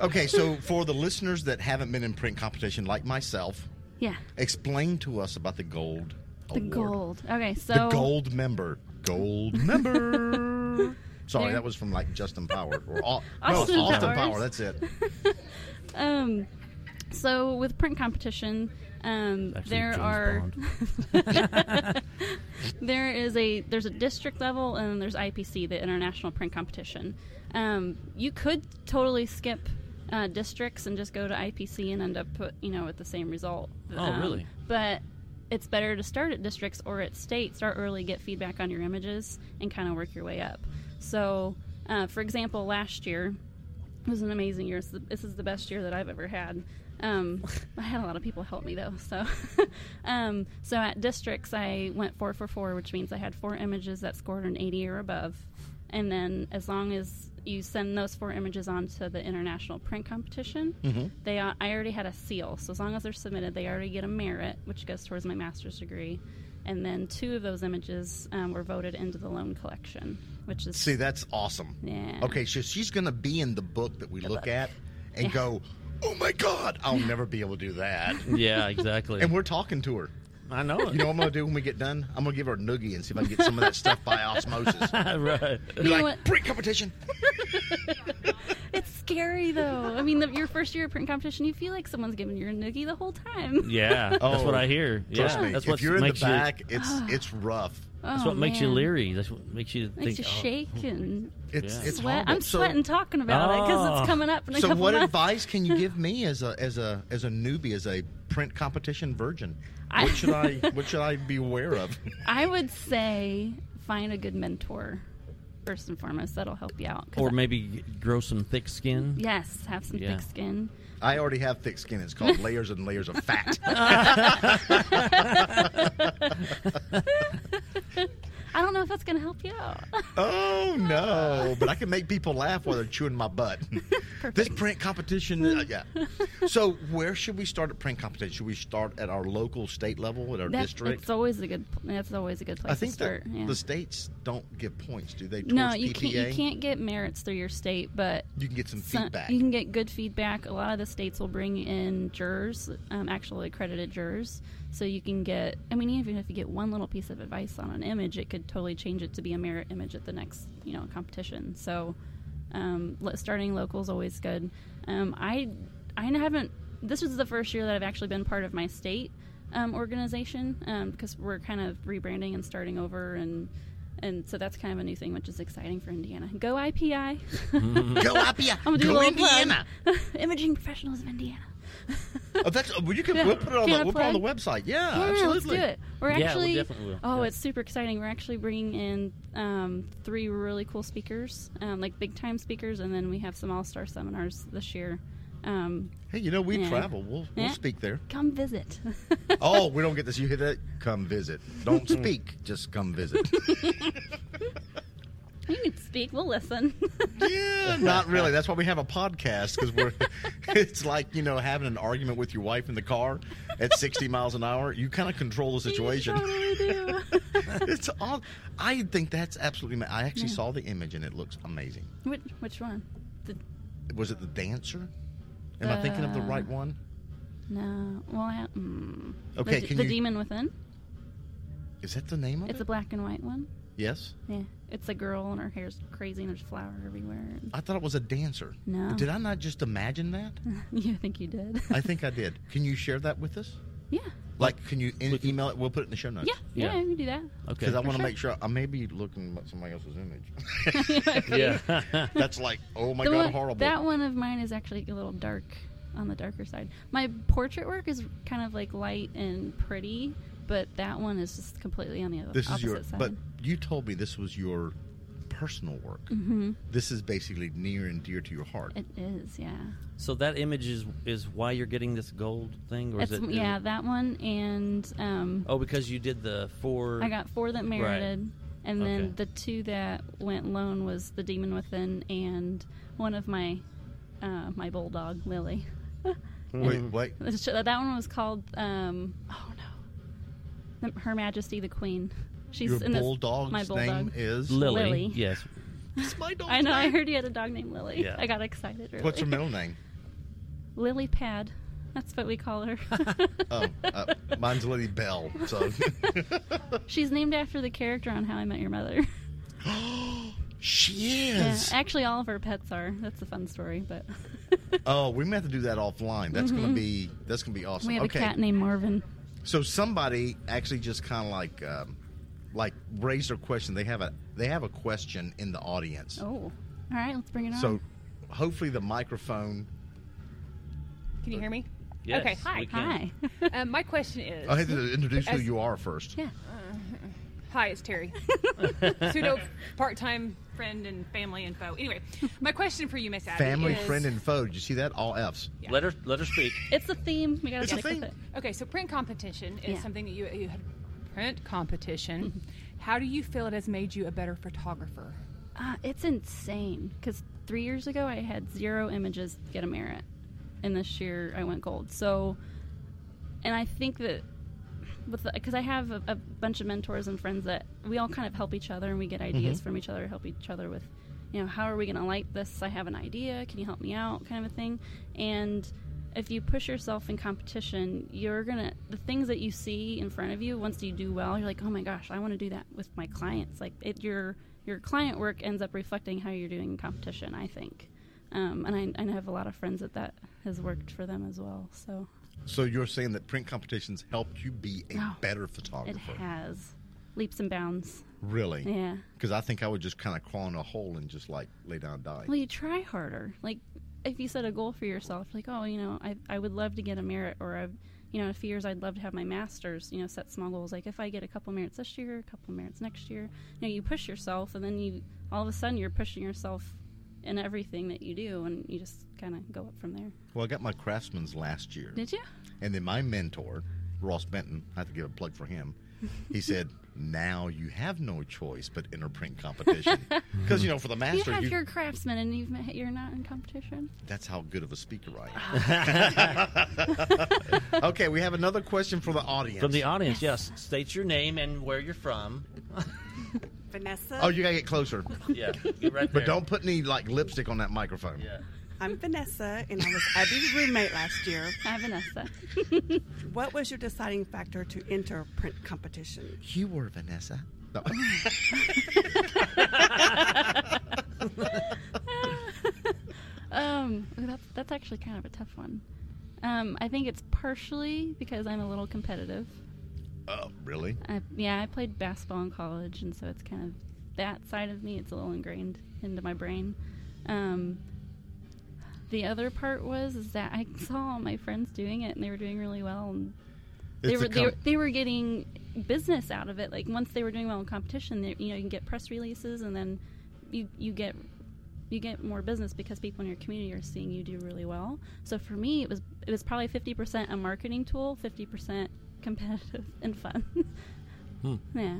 C: Okay, so for the listeners that haven't been in print competition, like myself,
D: Yeah,
C: explain to us about the gold.
D: the
C: award.
D: gold. Okay, so
C: The gold member. Gold member. Sorry,
D: There.
C: that was from like Justin Power or Au-
D: Austin
C: no, Austin
D: Powers.
C: Power. That's it.
D: um, so with print competition, um,
B: Actually,
D: there
B: James
D: are
B: Bond.
D: there is a there's a district level and then there's IPC, the International Print Competition. Um, you could totally skip uh, districts and just go to IPC and end up put, you know with the same result.
B: Oh, really?
D: But it's better to start at districts or at state. Start early, get feedback on your images, and kind of work your way up. So, uh, for example, last year was an amazing year. It's the- This is the best year that I've ever had. Um, I had a lot of people help me though. So, um, so at districts, I went four for four, which means I had four images that scored an 80 or above. And then, as long as you send those four images on to the international print competition, they uh, I already had a seal. So as long as they're submitted, they already get a merit, which goes towards my master's degree. And then two of those images um, were voted into the loan collection, which is
C: See, that's awesome.
D: Yeah.
C: Okay, so she's going to be in the book that we look
D: book.
C: at and
D: Yeah.
C: go, oh my God, I'll never be able to do that.
B: Yeah, exactly.
C: and we're talking to her.
B: I know it.
C: You know what I'm going to do when we get done? I'm going to give her a noogie and see if I can get some of that stuff by osmosis.
B: right.
C: Be
D: know
C: like,
D: what?
C: print competition.
D: It's scary though. I mean, the, your first year of print competition, you feel like someone's giving you a noogie the whole time.
B: Yeah, that's
C: Oh,
B: what I hear.
C: Trust
B: yeah,
C: me,
B: that's
C: if
B: what
C: you're in the
B: makes you.
C: back, it's it's rough.
B: that's
D: Oh,
B: what makes you
D: man.
B: leery. That's what makes you think.
D: Makes you
B: oh,
D: shake and
C: It's
B: Yeah.
C: it's
D: sweat.
C: horrible.
D: I'm sweating
C: So, ah.
D: talking about it 'cause it because
B: Oh.
D: it's coming up in a
C: so
D: couple
C: what
D: months.
C: advice can you give me as a as a as a newbie, as a print competition virgin?
D: I-
C: What should I what should I be aware of?
D: I would say find a good mentor first and foremost. That'll help you out. 'Cause
B: or
D: I-
B: maybe g- grow some thick skin.
D: yes, have some
B: Yeah.
D: thick skin.
C: I already have thick skin. It's called layers and layers of fat.
D: I don't know if that's gonna help you out.
C: oh no! But I can make people laugh while they're chewing my butt. this print competition, uh, yeah. So where should we start at print competition? Should we start at our local, state level, at our
D: That-
C: district?
D: That's always a good. That's always a good place
C: I think
D: to
C: that
D: start. yeah.
C: the states don't give points, do they? Towards
D: no, you
C: PPA?
D: can't. You can't get merits through your state, but
C: You can get some
D: some-
C: feedback.
D: You can get good feedback. A lot of the states will bring in jurors, um, actual accredited jurors. So you can get, I mean, even if you get one little piece of advice on an image, it could totally change it to be a merit image at the next, you know, competition. So um, lo- starting local is always good. Um, I, I haven't, this is the first year that I've actually been part of my state um, organization um, because we're kind of rebranding and starting over and and so that's kind of a new thing, which is exciting for Indiana. Go IPI!
C: Go up here.
D: I'm gonna do
C: Go
D: a little
C: Indiana.
D: plug. Imaging professionals of Indiana.
C: Oh, that's, oh, well, you can,
D: Yeah.
C: We'll put it on.
D: Can
C: The,
D: I
C: we'll put it on the
D: plug?
C: website. Yeah,
D: Yeah, let's
C: Uh, absolutely.
D: do it. We're
B: Yeah, we
D: actually.
B: definitely will.
D: Oh,
B: Yeah.
D: it's super exciting. We're actually bringing in um, three really cool speakers, um, like big time speakers, and then we have some all star seminars this year. Um,
C: Hey, you know we
D: Yeah.
C: travel. We'll we'll
D: Yeah.
C: speak there.
D: come visit.
C: Oh, we don't get this. You hear that? Come visit. Don't speak. Just come visit.
D: you can speak. We'll listen.
C: yeah, not really. That's why we have a podcast because we're. it's like you know having an argument with your wife in the car at 60 miles an hour. You kind of control the situation.
D: You totally do.
C: it's all. I think that's absolutely. ma- I actually saw the image and it looks amazing.
D: which, which one? The,
C: Was it the dancer? Am I thinking of the right one?
D: no. Well, I, mm.
C: Okay,
D: Uh, The, de-
C: can
D: the
C: you-
D: demon within.
C: Is that the name of
D: It's a
C: it?
D: black and white one.
C: yes.
D: Yeah, it's a girl and her hair's crazy and there's flour everywhere.
C: I thought it was a dancer.
D: No.
C: Did I not just imagine that?
D: you think you did?
C: I think I did. Can you share that with us?
D: yeah.
C: Like, can you in- email it? We'll put it in the show notes.
D: Yeah, yeah,
B: Yeah.
D: you can do that.
B: Okay.
C: Because I want to
D: sure.
C: make sure I may be looking at somebody else's image.
B: yeah.
C: That's like, oh my
D: The
C: god,
D: one-
C: horrible.
D: That one of mine is actually a little dark on the darker side. My portrait work is kind of like light and pretty, but that one is just completely on the other
C: this
D: opposite
C: is your.
D: side.
C: But you told me this was your personal work.
D: Mm-hmm.
C: This is basically near and dear to your heart.
D: it is, yeah.
B: so that image is is why you're getting this gold thing, or
D: It's,
B: is it? is
D: yeah,
B: it-
D: that one and um,
B: oh, because you did the four.
D: I got four that merited, and then
B: Okay.
D: the two that went lone was the demon within and one of my uh, my bulldog Lily.
C: Wait,
D: Mm-hmm.
C: wait.
D: It's- That one was called um, oh no, The- Her Majesty the Queen. She's
C: Your
D: in this,
C: bulldog's
D: my bulldog.
C: name is
B: Lily.
D: Lily.
B: Yes.
C: It's my dog's
D: I know. I
C: name.
D: heard you had a dog named Lily.
B: Yeah.
D: I got excited. Really.
C: What's her middle name?
D: Lily Pad. That's what we call her.
C: Oh, uh, mine's Lily Bell. So
D: She's named after the character on How I Met Your Mother.
C: she
D: Yeah,
C: is.
D: actually, all of her pets are. That's a fun story, but
C: Oh, we may have to do that offline. That's gonna be that's gonna be awesome.
D: Mm-hmm. we have
C: okay,
D: a cat named Marvin.
C: so somebody actually just kind of like um, like raised their question. They have a they have a question in the audience.
D: Oh, all right. Let's bring it on.
C: So hopefully the microphone.
E: Can you hear me?
B: Yes,
E: Okay.
B: we
E: Hi.
B: can.
D: Hi.
E: Um, my question is
C: I had to introduce who
E: As-
C: you are first.
D: yeah.
E: Hi, it's Terry. Pseudo part time friend and family and foe. Anyway, my question for you, Miss Abby.
C: Family,
E: is,
C: friend, and foe. Did you see that? All F's.
E: Yeah.
B: Let her let her speak.
D: It's a theme. We gotta
C: It's a
D: stick
C: theme.
D: with it.
E: Okay, so print competition is
D: Yeah.
E: something that you, you had. Print competition. How do you feel it has made you a better photographer?
D: Uh, it's insane because three years ago I had zero images get a merit, and this year I went gold. So, and I think that with because I have a, a bunch of mentors and friends that we all kind of help each other and we get ideas from each other, help each other with, you know, how are we going to light this? I have an idea. Can you help me out? Kind of a thing. And if you push yourself in competition, you're gonna the things that you see in front of you. Once you do well, you're like, oh my gosh, I want to do that with my clients. Like it, your your client work ends up reflecting how you're doing in competition. I think, um, and I, I have a lot of friends that that has worked for them as well. So
C: So you're saying that print competitions helped you be a
D: Oh,
C: better
D: it
C: photographer?
D: has leaps and bounds.
C: Really?
D: Yeah.
C: Because I think I would just kind of crawl in a hole and just like lay down and die.
D: Well, you try harder. Like, if you set a goal for yourself, like, oh, you know, I, I would love to get a merit, or, I've, you know, in a few years I'd love to have my master's, you know, set small goals. Like, if I get a couple merits this year, a couple merits next year, you know, you push yourself, and then you, all of a sudden, you're pushing yourself in everything that you do, and you just kind of go up from there.
C: Well, I got my craftsman's last year.
D: Did you?
C: And then my mentor, Ross Benton, I have to give a plug for him. He said, "Now you have no choice but enter print competition because you know for the
D: Mm-hmm. You
C: master,
D: have
C: you-
D: your craftsman, and you've, met- you're not in competition.
C: that's how good of a speaker I am." okay, we have another question from the audience.
B: From the audience, yes. State your name and where you're from.
F: Vanessa.
C: oh, you gotta get closer,
B: Yeah, get right there.
C: but don't put any like lipstick on that microphone.
B: Yeah.
F: I'm Vanessa, and I was Abby's roommate last year.
D: Hi, Vanessa.
F: What was your deciding factor to enter print competition?
C: You were Vanessa. No.
D: Um, ooh, that's that's actually kind of a tough one. Um, I think it's partially because I'm a little competitive.
C: oh, really?
D: I, yeah, I played basketball in college, and so it's kind of that side of me. It's a little ingrained into my brain. Um, the other part was is that I saw all my friends doing it, and they were doing really well. And they
C: It's
D: were,
C: a
D: they were
C: com-
D: they were getting business out of it. Like once they were doing well in competition, they, you know, you can get press releases, and then you you get you get more business because people in your community are seeing you do really well. So for me, it was it was probably fifty percent a marketing tool, fifty percent competitive and fun.
C: Hmm.
D: Yeah,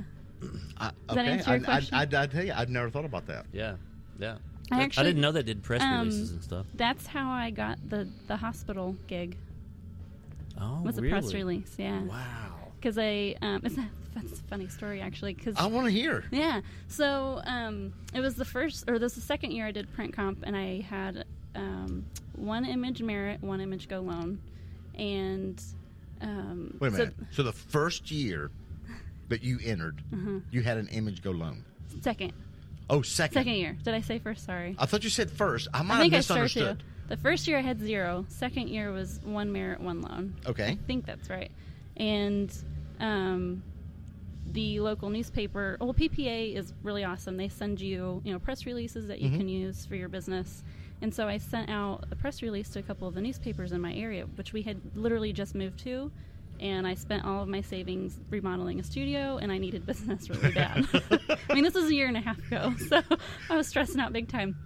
C: I,
D: that answer your
C: I, I,
D: question?
C: I, I, tell you, I'd never thought about that.
B: Yeah. Yeah.
D: I actually-
B: didn't know they did press
D: um,
B: releases and stuff.
D: that's how I got the the hospital gig.
B: Oh,
D: Was
B: really?
D: a press release, yeah.
B: Wow.
D: Because I um, it's a, that's a funny story actually. Because
C: I want to hear.
D: Yeah. So um, it was the first, or this was the second year I did print comp, and I had um, one image merit, one image go loan, and um,
C: Wait a
D: so-
C: minute. So, the first year that you entered,
D: Mm-hmm.
C: you had an image go loan.
D: second,
C: Oh, second.
D: second year. Did I say first? Sorry.
C: I thought you said first. I might
D: I think
C: have
D: I started
C: Ah, misunderstood.
D: to. The first year I had zero. Second year was one merit, one loan.
C: Okay.
D: I think that's right. And um, the local newspaper, well, PPA is really awesome. They send you, you know, press releases that you can use for your business. And so I sent out a press release to a couple of the newspapers in my area, which we had literally just moved to. And I spent all of my savings remodeling a studio, and I needed business really bad. I mean, this was a year and a half ago, so I was stressing out big time.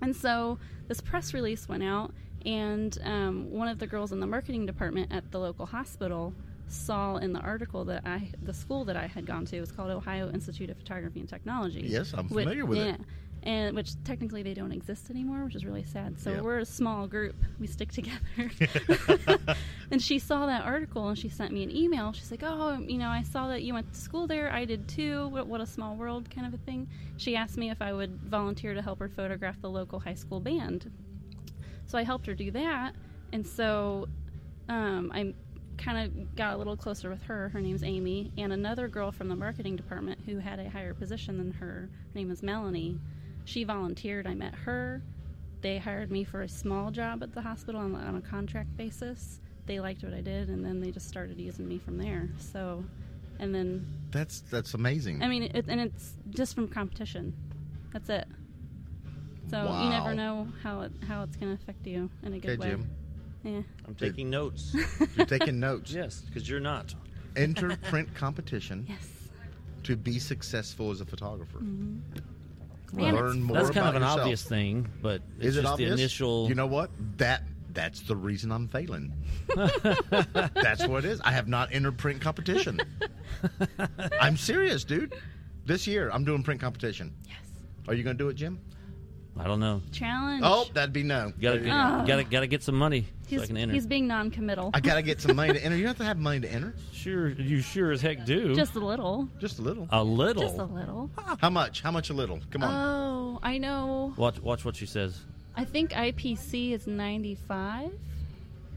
D: And so this press release went out, and um, one of the girls in the marketing department at the local hospital saw in the article that I, the school that I had gone to, it was called Ohio Institute of Photography and Technology.
C: Yes, I'm
D: Whi-
C: familiar with it.
D: yeah. And which technically they don't exist anymore, which is really sad. So
C: Yeah.
D: we're a small group. We stick together. and she saw that article and she sent me an email. She's like, "Oh, you know, I saw that you went to school there. I did too. What, what a small world, kind of a thing." She asked me if I would volunteer to help her photograph the local high school band. So I helped her do that, and so um, I kind of got a little closer with her. Her name's Amy, and another girl from the marketing department who had a higher position than her. Her name is Melanie. She volunteered. I met her. They hired me for a small job at the hospital on, on a contract basis. They liked what I did, and then they just started using me from there. So, and then
C: That's that's amazing.
D: I mean, it, and it's just from competition. That's it. So you
C: Wow.
D: never know how it how it's going to affect you in a good
C: okay,
D: way.
C: Jim.
D: Yeah.
B: I'm taking notes.
C: You're taking notes.
B: yes, because you're not.
C: Enter print competition
D: Yes. Mm-hmm.
C: to be successful as a photographer.
D: And
C: Learn more
B: That's kind
C: about
B: of an
C: yourself.
B: obvious thing, but it's
C: Is it
B: just
C: obvious?
B: the initial.
C: You know what? That that's the reason I'm failing. that's what it is. I have not entered print competition. I'm serious, dude. This year I'm doing print competition.
D: Yes.
C: Are you going to do it, Jim?
B: I don't know.
D: Challenge.
C: Oh, that'd be no.
B: Gotta, gotta, gotta get some money
D: he's,
B: so I can enter.
D: he's being non-committal.
C: I gotta get some money to enter. You don't have to have money to enter.
B: Sure, you Oh. sure as heck do.
D: Just a little.
C: Just a little.
B: a little.
D: Just a little.
B: Uh,
C: How much? How much a little? Come on.
D: Oh, I know.
B: Watch, watch what she says.
D: I think IPC is 95.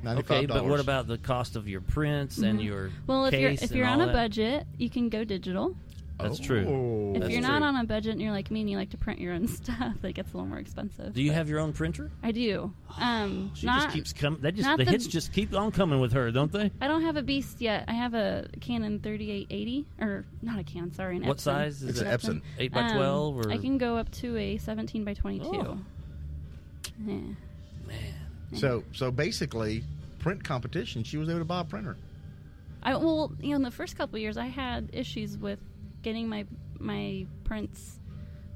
C: Ninety-five
B: Okay, but what about the cost of your prints and your
D: Mm-hmm. Well, if you're
B: case
D: if
B: and
D: you're
B: all
D: on a
B: that?
D: budget, you can go digital.
B: That's
C: Oh.
B: true.
D: If
B: That's
D: you're not
B: true.
D: on a budget and you're like me and you like to print your own stuff, it gets a little more expensive.
B: Do you have your own printer?
D: I do. Um,
B: She
D: not,
B: just keeps coming. They just
D: not
B: the,
D: the-
B: hits just keep on coming with her, don't they?
D: I don't have a beast yet. I have a Canon 3880 or not a Canon, sorry, an
B: What
D: Epson.
B: size is
C: It's
B: it?
C: an Epson.
B: Eight by
D: Um,
B: twelve, or
D: I can go up to a 17 by 22.
B: Oh.
D: Yeah.
C: So so basically, print competition. She was able to buy a printer.
D: I well, you know, in the first couple of years, I had issues with getting my my prints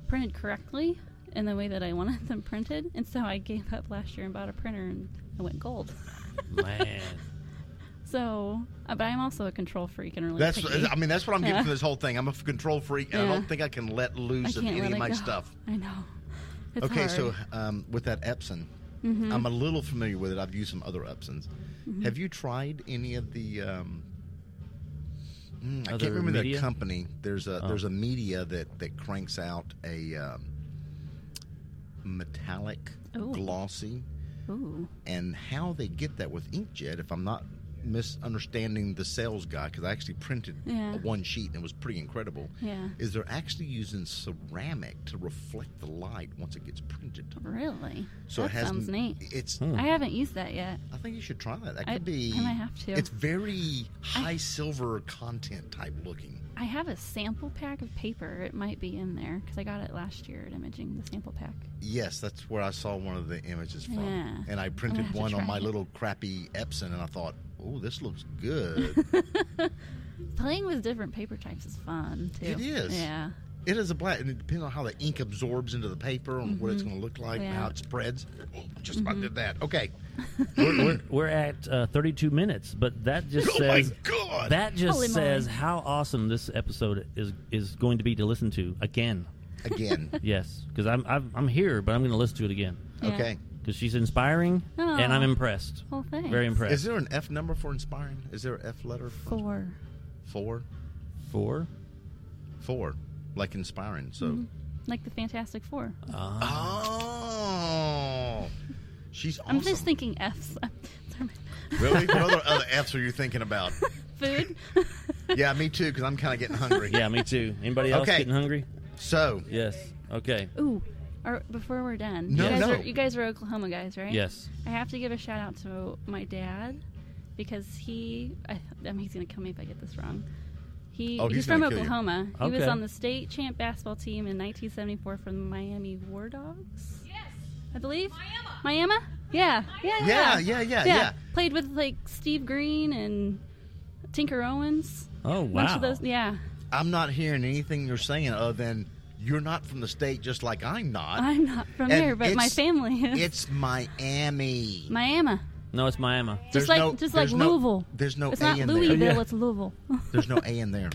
D: printed correctly in the way that I wanted them printed, and so I gave up last year and bought a printer and I went gold.
B: man.
D: So, uh, but I'm also a control freak and really
C: That's.
D: picky.
C: I mean, that's what I'm getting
D: Yeah.
C: from this whole thing. I'm a f- control freak, and I
D: Yeah.
C: don't think I can let
D: I
C: loose of
D: can't
C: any
D: let
C: of
D: it
C: my
D: go.
C: stuff.
D: I know. It's
C: okay,
D: hard. Mm-hmm.
C: so um, with that Epson, I'm a little familiar with it. I've used some other Epsons. Have you tried any of the? Um, mm, I
B: Other
C: can't remember
B: media? Oh.
C: the company. There's a there's a media that that cranks out a um, metallic
D: Ooh.
C: glossy,
D: Ooh.
C: and how they get that with inkjet. If I'm not misunderstanding the sales guy, because I actually printed
D: Yeah.
C: one sheet and it was pretty incredible.
D: Yeah.
C: Is they're actually using ceramic to reflect the light once it gets printed.
D: Really?
C: So
D: that
C: it has
D: sounds neat.
C: It's.
B: Hmm.
D: I haven't used that yet.
C: I think you should try that. That could
D: I-
C: be.
D: I might have to.
C: It's very high silver content type looking.
D: I have a sample pack of paper. It might be in there because I got it last year at Imaging, the sample pack.
C: Yes, that's where I saw one of the images from,
D: Yeah.
C: and I
D: I'm gonna
C: printed
D: have to
C: one on
D: try
C: my
D: it.
C: little crappy Epson, and I thought, "Oh, this looks good."
D: Playing with different paper types is fun, too.
C: It is.
D: Yeah.
C: it is a black, and it depends on how the ink absorbs into the paper and what it's going to look like and
D: Mm-hmm. Yeah. Mm-hmm.
C: how it spreads. Oh, just about did that. Okay.
B: we're, we're, we're at uh, 32 minutes, but that just
C: Oh my
B: says
C: God!
B: that just
D: Holy moly.
B: says how awesome this episode is is going to be to listen to again.
C: again.
B: Yes, because I'm, I'm I'm here, but I'm going to listen to it again
D: Yeah.
C: Okay.
B: because she's inspiring and
D: Aw.
B: I'm impressed.
D: Well, thanks.
B: Very impressed.
C: Is there an F number for inspiring? Is there an F letter for
D: Four.
C: four?
B: four?
C: Four, like inspiring. So.
D: Mm-hmm. Like the Fantastic Four.
C: Oh, she's awesome.
D: I'm just thinking F's. Sorry.
C: Really? What other, other F's are you thinking about?
D: Food.
C: Yeah, me too, because I'm kind of getting hungry.
B: Yeah, me too. Anybody else
C: Okay.
B: getting hungry?
C: So,
B: Yes. Okay.
D: Ooh. Are, before we're done,
C: No,
D: you, guys
C: no.
D: Are, you guys are Oklahoma guys, right?
B: Yes.
D: I have to give a shout out to my dad because he, I, I mean, he's going to kill me if I get this wrong. He,
C: Oh,
D: he's,
C: he's
D: from
C: gonna kill you.
D: Oklahoma. He was
B: Okay.
D: on the state champ basketball team in 1974 for the Miami War Dogs,
E: Yes.
D: I believe.
E: Miami.
D: Miami? Yeah. Yeah, yeah.
C: yeah, yeah, yeah, yeah.
D: Played with like Steve Green and Tinker Owens.
B: Oh
D: A bunch
B: wow.
D: of those, yeah.
C: I'm not hearing anything you're saying other than you're not from the state, just like I'm not.
D: I'm not
C: And
D: from there, but my
C: it's-
D: family is.
C: It's Miami.
D: Miami.
B: No, it's Miami.
C: There's
D: Just like
C: no-
D: just like
C: there's no-
D: Louisville.
C: there's no
D: It's
C: A
D: not
C: in there.
D: Louisville,
B: Yeah.
D: it's Louisville.
C: There's no A in there.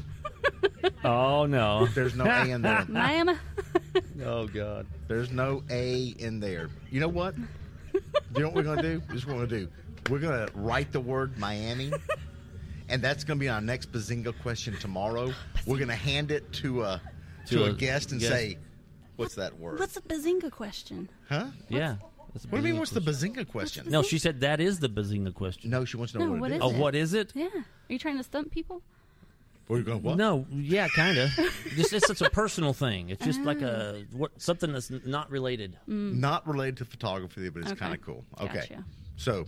B: Oh no.
C: There's no A in there.
D: Miami.
C: Oh God. There's no A in there. You know what? you know what we're gonna do? This is what we're gonna do. We're gonna write the word Miami. And that's going to be our next Bazinga question tomorrow. We're going to hand it to a to,
B: To
C: a,
B: a
C: guest and
B: guest.
C: say, "What's that word?"
D: What's a bazinga question?
C: huh?
B: yeah. That's a
C: What do
B: bazinga
C: you mean? What's the
B: question.
C: Bazinga question?
B: No, she said that is the bazinga question.
C: No, she wants to know
D: No,
C: what,
D: what
C: it is.
D: is
B: Oh,
D: it?
B: what is it?
D: Yeah. Are you trying to stump people?
C: Oh, We're going what?
B: No, yeah, kind of. just it's such a personal thing. It's just like a what, something that's n- not related.
C: Not related to photography, but it's
D: Mm-hmm. Okay.
C: kind of cool. Okay.
D: Gotcha.
C: So,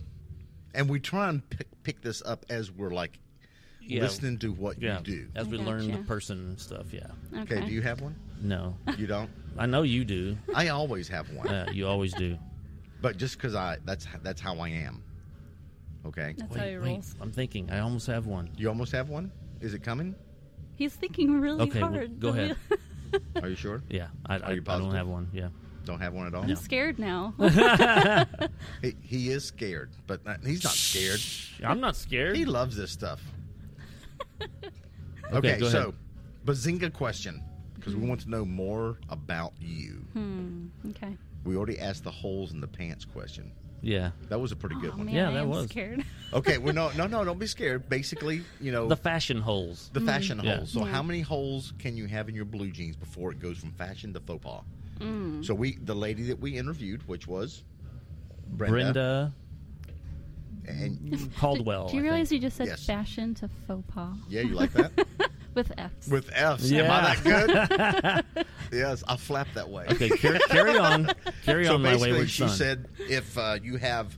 C: and we try and pick, pick this up as we're like
B: Yeah.
C: listening to what
B: Yeah,
C: you do.
B: as
D: I
B: we learn the
D: gotcha.
B: person and stuff. Yeah,
D: Okay.
C: Okay. Do you have one?
B: no,
C: You don't.
B: I know you do.
C: I always have one,
B: Yeah, you always do.
C: but just because I that's that's how I am. Okay.
D: That's how he
B: Wait, wait,
D: rolls.
B: I'm thinking. I almost have one.
C: You almost have one? Is it coming?
D: He's thinking really
B: Okay, well,
D: hard.
B: go ahead.
C: Are you sure?
B: Yeah, I, I, I
C: you
B: don't
C: positive?
B: have one. Yeah.
C: Don't have one at all?
D: I'm scared now.
C: He, he is scared, but uh, he's not scared.
B: I'm not scared.
C: He loves this stuff.
B: Okay,
C: okay,
B: go
C: so Bazinga question because
D: Mm-hmm.
C: we want to know more about you.
D: okay.
C: We already asked the holes in the pants question.
B: yeah.
C: That was a pretty good
D: Oh,
C: one.
D: man,
B: Yeah,
D: I
B: that
D: am
B: was.
D: scared.
C: Okay, well, no, no, no, don't be scared. Basically, you know,
B: The
C: the,
B: fashion holes.
D: Mm.
C: fashion
B: Yeah.
C: holes. So, how many holes can you have in your blue jeans before it goes from fashion to faux pas?
D: Mm.
C: So, we, the lady that we interviewed, which was Brenda,
B: Brenda
C: and
B: Caldwell.
D: Do you
B: I
D: realize
B: think.
D: you just said
C: Oh, Yes.
D: fashion to faux pas
C: yeah, you like that
D: with F's?
C: with F's? Am I that good? yes, I flap that way.
B: Okay, car- carry on. Carry
C: so
B: on, my
C: basically,
B: wayward
C: she
B: son.
C: said if uh, you have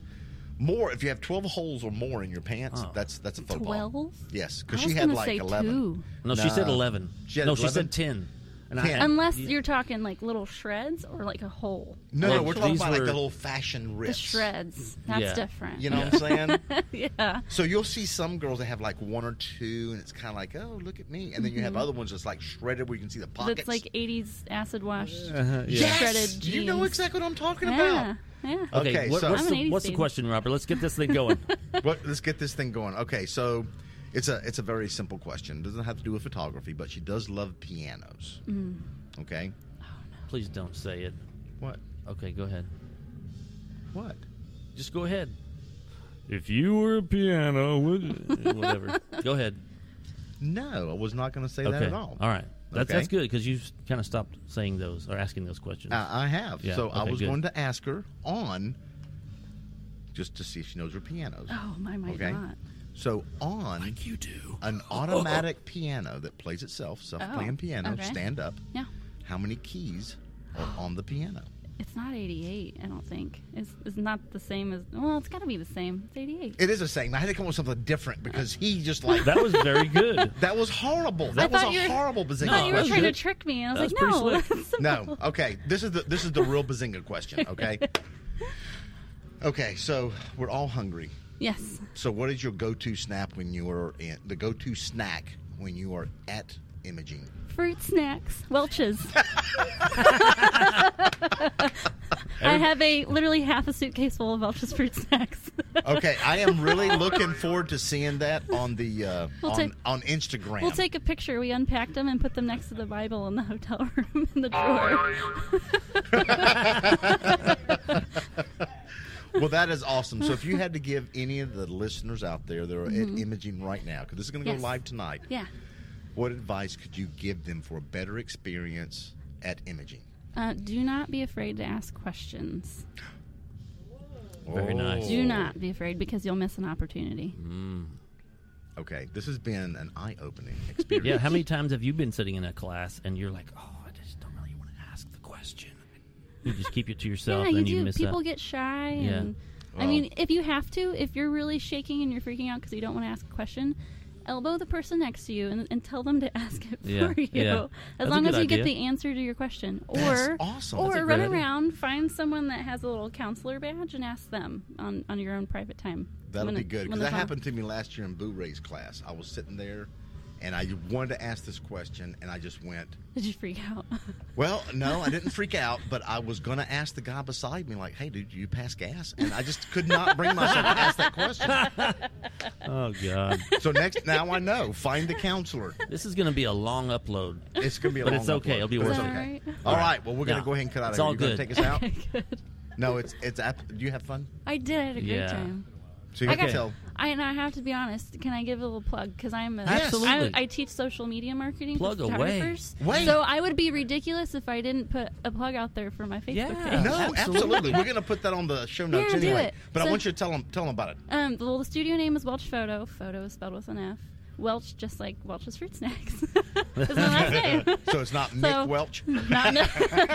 C: more, if you have twelve holes or more in your pants,
B: Oh.
C: that's that's a faux pas.
D: 12?
C: Yes,
D: I
C: because she
D: was
C: had
D: gonna
C: like
D: say
C: eleven.
D: two.
B: no, she said
C: Nah.
B: 11.
C: She had
B: no, she
C: 11?
B: said 10. And
C: 10.
B: I,
D: Unless you're talking like little shreds or like a hole.
C: No,
B: Well,
C: no, we're talking
B: these
C: about like
B: were-
C: the little fashion
D: The
C: riffs.
D: shreds. That's
B: Yeah.
D: different.
C: You know what I'm saying?
D: yeah.
C: So you'll see some girls that have like one or two, and it's kind of like, oh, look at me. And then you have other ones that's like shredded where you can see the pockets.
D: Mm-hmm. That's like 80s acid wash.
B: Uh-huh, yeah.
C: yes,
D: shredded
C: you know
D: jeans.
C: exactly what I'm talking
D: Yeah. Yeah.
B: Okay,
C: Okay,
B: what-
C: so-
B: what's,
D: I'm an
B: the,
D: 80s
B: what's the
D: baby.
B: question, Robert? Let's get this thing going.
C: about. What, let's get this thing going. Okay, so it's a it's a very simple question. It doesn't have to do with photography, but she does love pianos.
D: Mm-hmm.
C: Okay,
B: Please don't say it.
C: what
B: Okay, go ahead.
C: what?
B: Just go ahead. If you were a piano, would whatever. Go ahead.
C: No, I was not going to say
B: Okay.
C: that at all.
B: All right. That's
C: Okay.
B: that's good because you kind of stopped saying those or asking those questions.
C: Uh, I have.
B: Yeah,
C: so I
B: okay,
C: was
B: good.
C: going to ask her on just to see if she knows her pianos.
D: Oh, my, my
C: Okay.
D: God.
C: So on
B: you do.
C: an automatic piano that plays itself, self-playing
D: Oh,
C: piano,
D: okay.
C: stand up.
D: Yeah.
C: How many keys are on the piano?
D: It's not 88, I don't think. It's, it's not the same as. Well, it's got to be the same. It's 88.
C: It is the same. I had to come up with something different because he just like that.
B: That was very good.
C: was horrible.
D: I
C: That was
D: thought
C: a
D: you were-
C: horrible
D: I
C: bazinga.
D: thought
B: oh, that's
D: you were
C: question.
D: trying
B: good.
D: to trick me, and I was
B: That
D: like,
B: was pretty
D: no.
B: slick.
D: that's-
C: No. Okay. This is the this is the real bazinga question. Okay. Okay. So we're all hungry.
D: Yes.
C: So what is your go-to snap when you are in the go-to snack when you are at imaging?
D: Fruit snacks. Welch's. I have a literally half a suitcase full of Welch's fruit snacks.
C: Okay, I am really looking forward to seeing that on the uh,
D: We'll
C: on,
D: take-
C: on Instagram.
D: we'll take a picture. We unpacked them and put them next to the Bible in the hotel room in the drawer.
C: Well, that is awesome. So, if you had to give any of the listeners out there that are at imaging right now, because this is going to
D: Mm-hmm.
C: go
D: Yes.
C: live tonight,
D: Yeah.
C: what advice could you give them for a better experience at imaging?
D: Uh, do not be afraid to ask questions.
B: Very
C: Oh,
B: nice.
D: Do not be afraid because you'll miss an opportunity.
C: Okay, this has been an eye-opening experience.
B: Yeah. How many times have you been sitting in a class and you're like, oh, I just don't really want to ask the question. You just keep it to yourself
D: Yeah,
B: and
D: you
B: you
D: do.
B: miss
D: People
B: out.
D: get shy,
B: Yeah.
D: and I
C: Well-
D: mean, if you have to, if you're really shaking and you're freaking out because you don't want to ask a question, elbow the person next to you and, and tell them to ask it
B: Yeah,
D: for you.
B: yeah. That's
D: As
B: a
D: long
B: good
D: as you get
B: idea.
D: the answer to your question, or
C: That's awesome. That's
D: or
B: a
D: run
B: great idea.
D: around, find someone that has a little counselor badge and ask them on on your own private time.
C: That'll
D: When
C: be
D: the-
C: good
D: when
C: because
D: the
C: that
D: phone-
C: happened to me last year in Boo Ray's class. I was sitting there, and I wanted to ask this question, and I just went.
D: Did you freak out?
C: Well, no, I didn't freak out, but I was going to ask the guy beside me, like, "Hey, dude, you pass gas?" And I just could not bring myself to ask that question.
B: Oh God.
C: So next, now I know. Find the counselor.
B: This is going to be a long upload.
C: It's gonna be a
B: But
C: long
B: it's okay.
C: upload,
B: It'll be
C: but
B: worth
C: it's
D: it.
C: okay.
D: All right.
C: All right. Well, we're gonna
B: No,
C: go ahead and cut out.
B: it's
C: of here.
B: all
C: you gonna
B: good.
C: take us out?
D: good.
C: no, it's it's. app- Do you have fun?
D: I did. I had a great
B: Yeah.
D: time.
C: So you
B: I
C: can
B: got-
C: tell.
D: I and I have to be honest. Can I give a little plug? Because I'm a,
B: Yes. Absolutely.
D: I, I teach social media marketing
B: Plug
D: for
B: away.
D: photographers.
C: Wait.
D: So I would be ridiculous if I didn't put a plug out there for my Facebook
B: Yeah.
D: page.
C: No,
B: Absolutely.
C: absolutely. We're gonna put that on the show notes
D: Yeah, do
C: anyway.
D: it.
C: But I
D: So-
C: want you to tell them tell them about it.
D: Um, well, the studio name is Welch Photo. Photo is spelled with an F. Welch, just like Welch's fruit snacks. That's my last name.
C: So it's not
D: So-
C: Mick Welch.
D: Not no-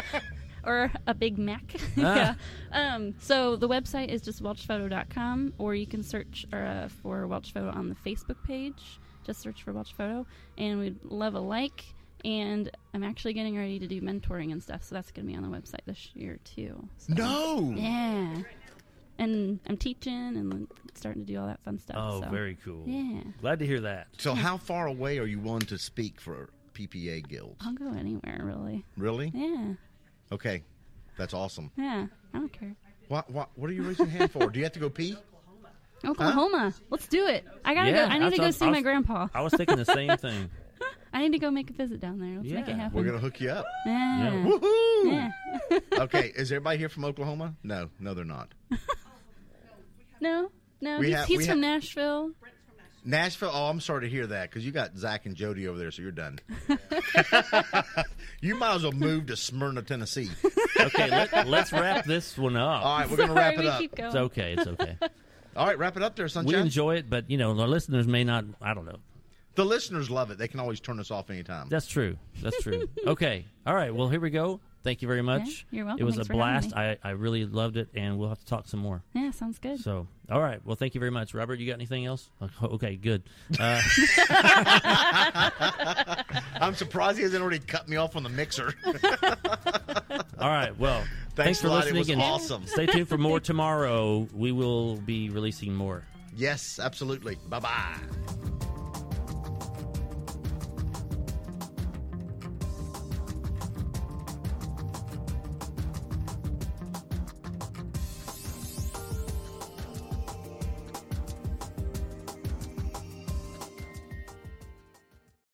D: or a Big Mac.
B: Ah.
D: yeah. Um, so the website is just welchphoto.com, or you can search uh, for Welch Photo on the Facebook page. Just search for Welch Photo, and we'd love a like. And I'm actually getting ready to do mentoring and stuff, so that's going to be on the website this year too. So,
C: No.
D: Yeah. and I'm teaching and starting to do all that fun stuff.
B: Oh,
D: so.
B: very cool.
D: Yeah.
B: Glad to hear that.
C: So, how far away are you willing to speak for PPA guilds?
D: I'll go anywhere really.
C: Really?
D: Um, Yeah,
C: Okay, that's awesome.
D: yeah. I don't care.
C: What what what are you raising your hand for? Do you have to go pee?
D: Oklahoma, let's do it. I gotta
B: yeah,
D: go. I need to
B: that's-
D: go
B: I
D: see my
B: was-
D: grandpa.
B: I was thinking the same thing.
D: I need to go make a visit down there. Let's make
B: Yeah.
D: it happen.
C: We're gonna hook you up.
D: yeah.
B: Yeah.
C: Woohoo!
D: Yeah.
C: Okay, is everybody here from Oklahoma? No, no, they're not.
D: No, no.
C: We
D: he's
C: have-
D: he's
C: we
D: from
C: have-
D: Nashville.
C: Nashville. Oh, I'm sorry to hear that because you got Zach and Jody over there, so you're done. you might as well move to Smyrna, Tennessee.
B: Okay, let, let's wrap this one up.
C: All right, we're gonna wrap
D: Sorry,
C: it
D: we
C: up.
D: keep going.
B: It's okay. It's okay.
C: All right, wrap it up there, sunshine.
B: we enjoy it, but you know, the listeners may not. I don't know.
C: the listeners love it. They can always turn us off anytime.
B: That's true. That's true. okay. All right. Well, here we go. Thank you very much.
D: you're welcome.
B: It was
D: Thanks
B: a
D: for having
B: blast. I, I really loved it, and we'll have to talk some more.
D: Yeah, sounds good.
B: So, all right. Well, thank you very much, Robert. You got anything else? Oh, Okay, good. Uh,
C: I'm surprised he hasn't already cut me off on the mixer.
B: all right. Well,
C: Thanks
B: for
C: a lot. It
B: listening.
C: was
B: and
C: awesome.
B: Stay tuned for more tomorrow. We will be releasing more.
C: yes, absolutely. Bye bye.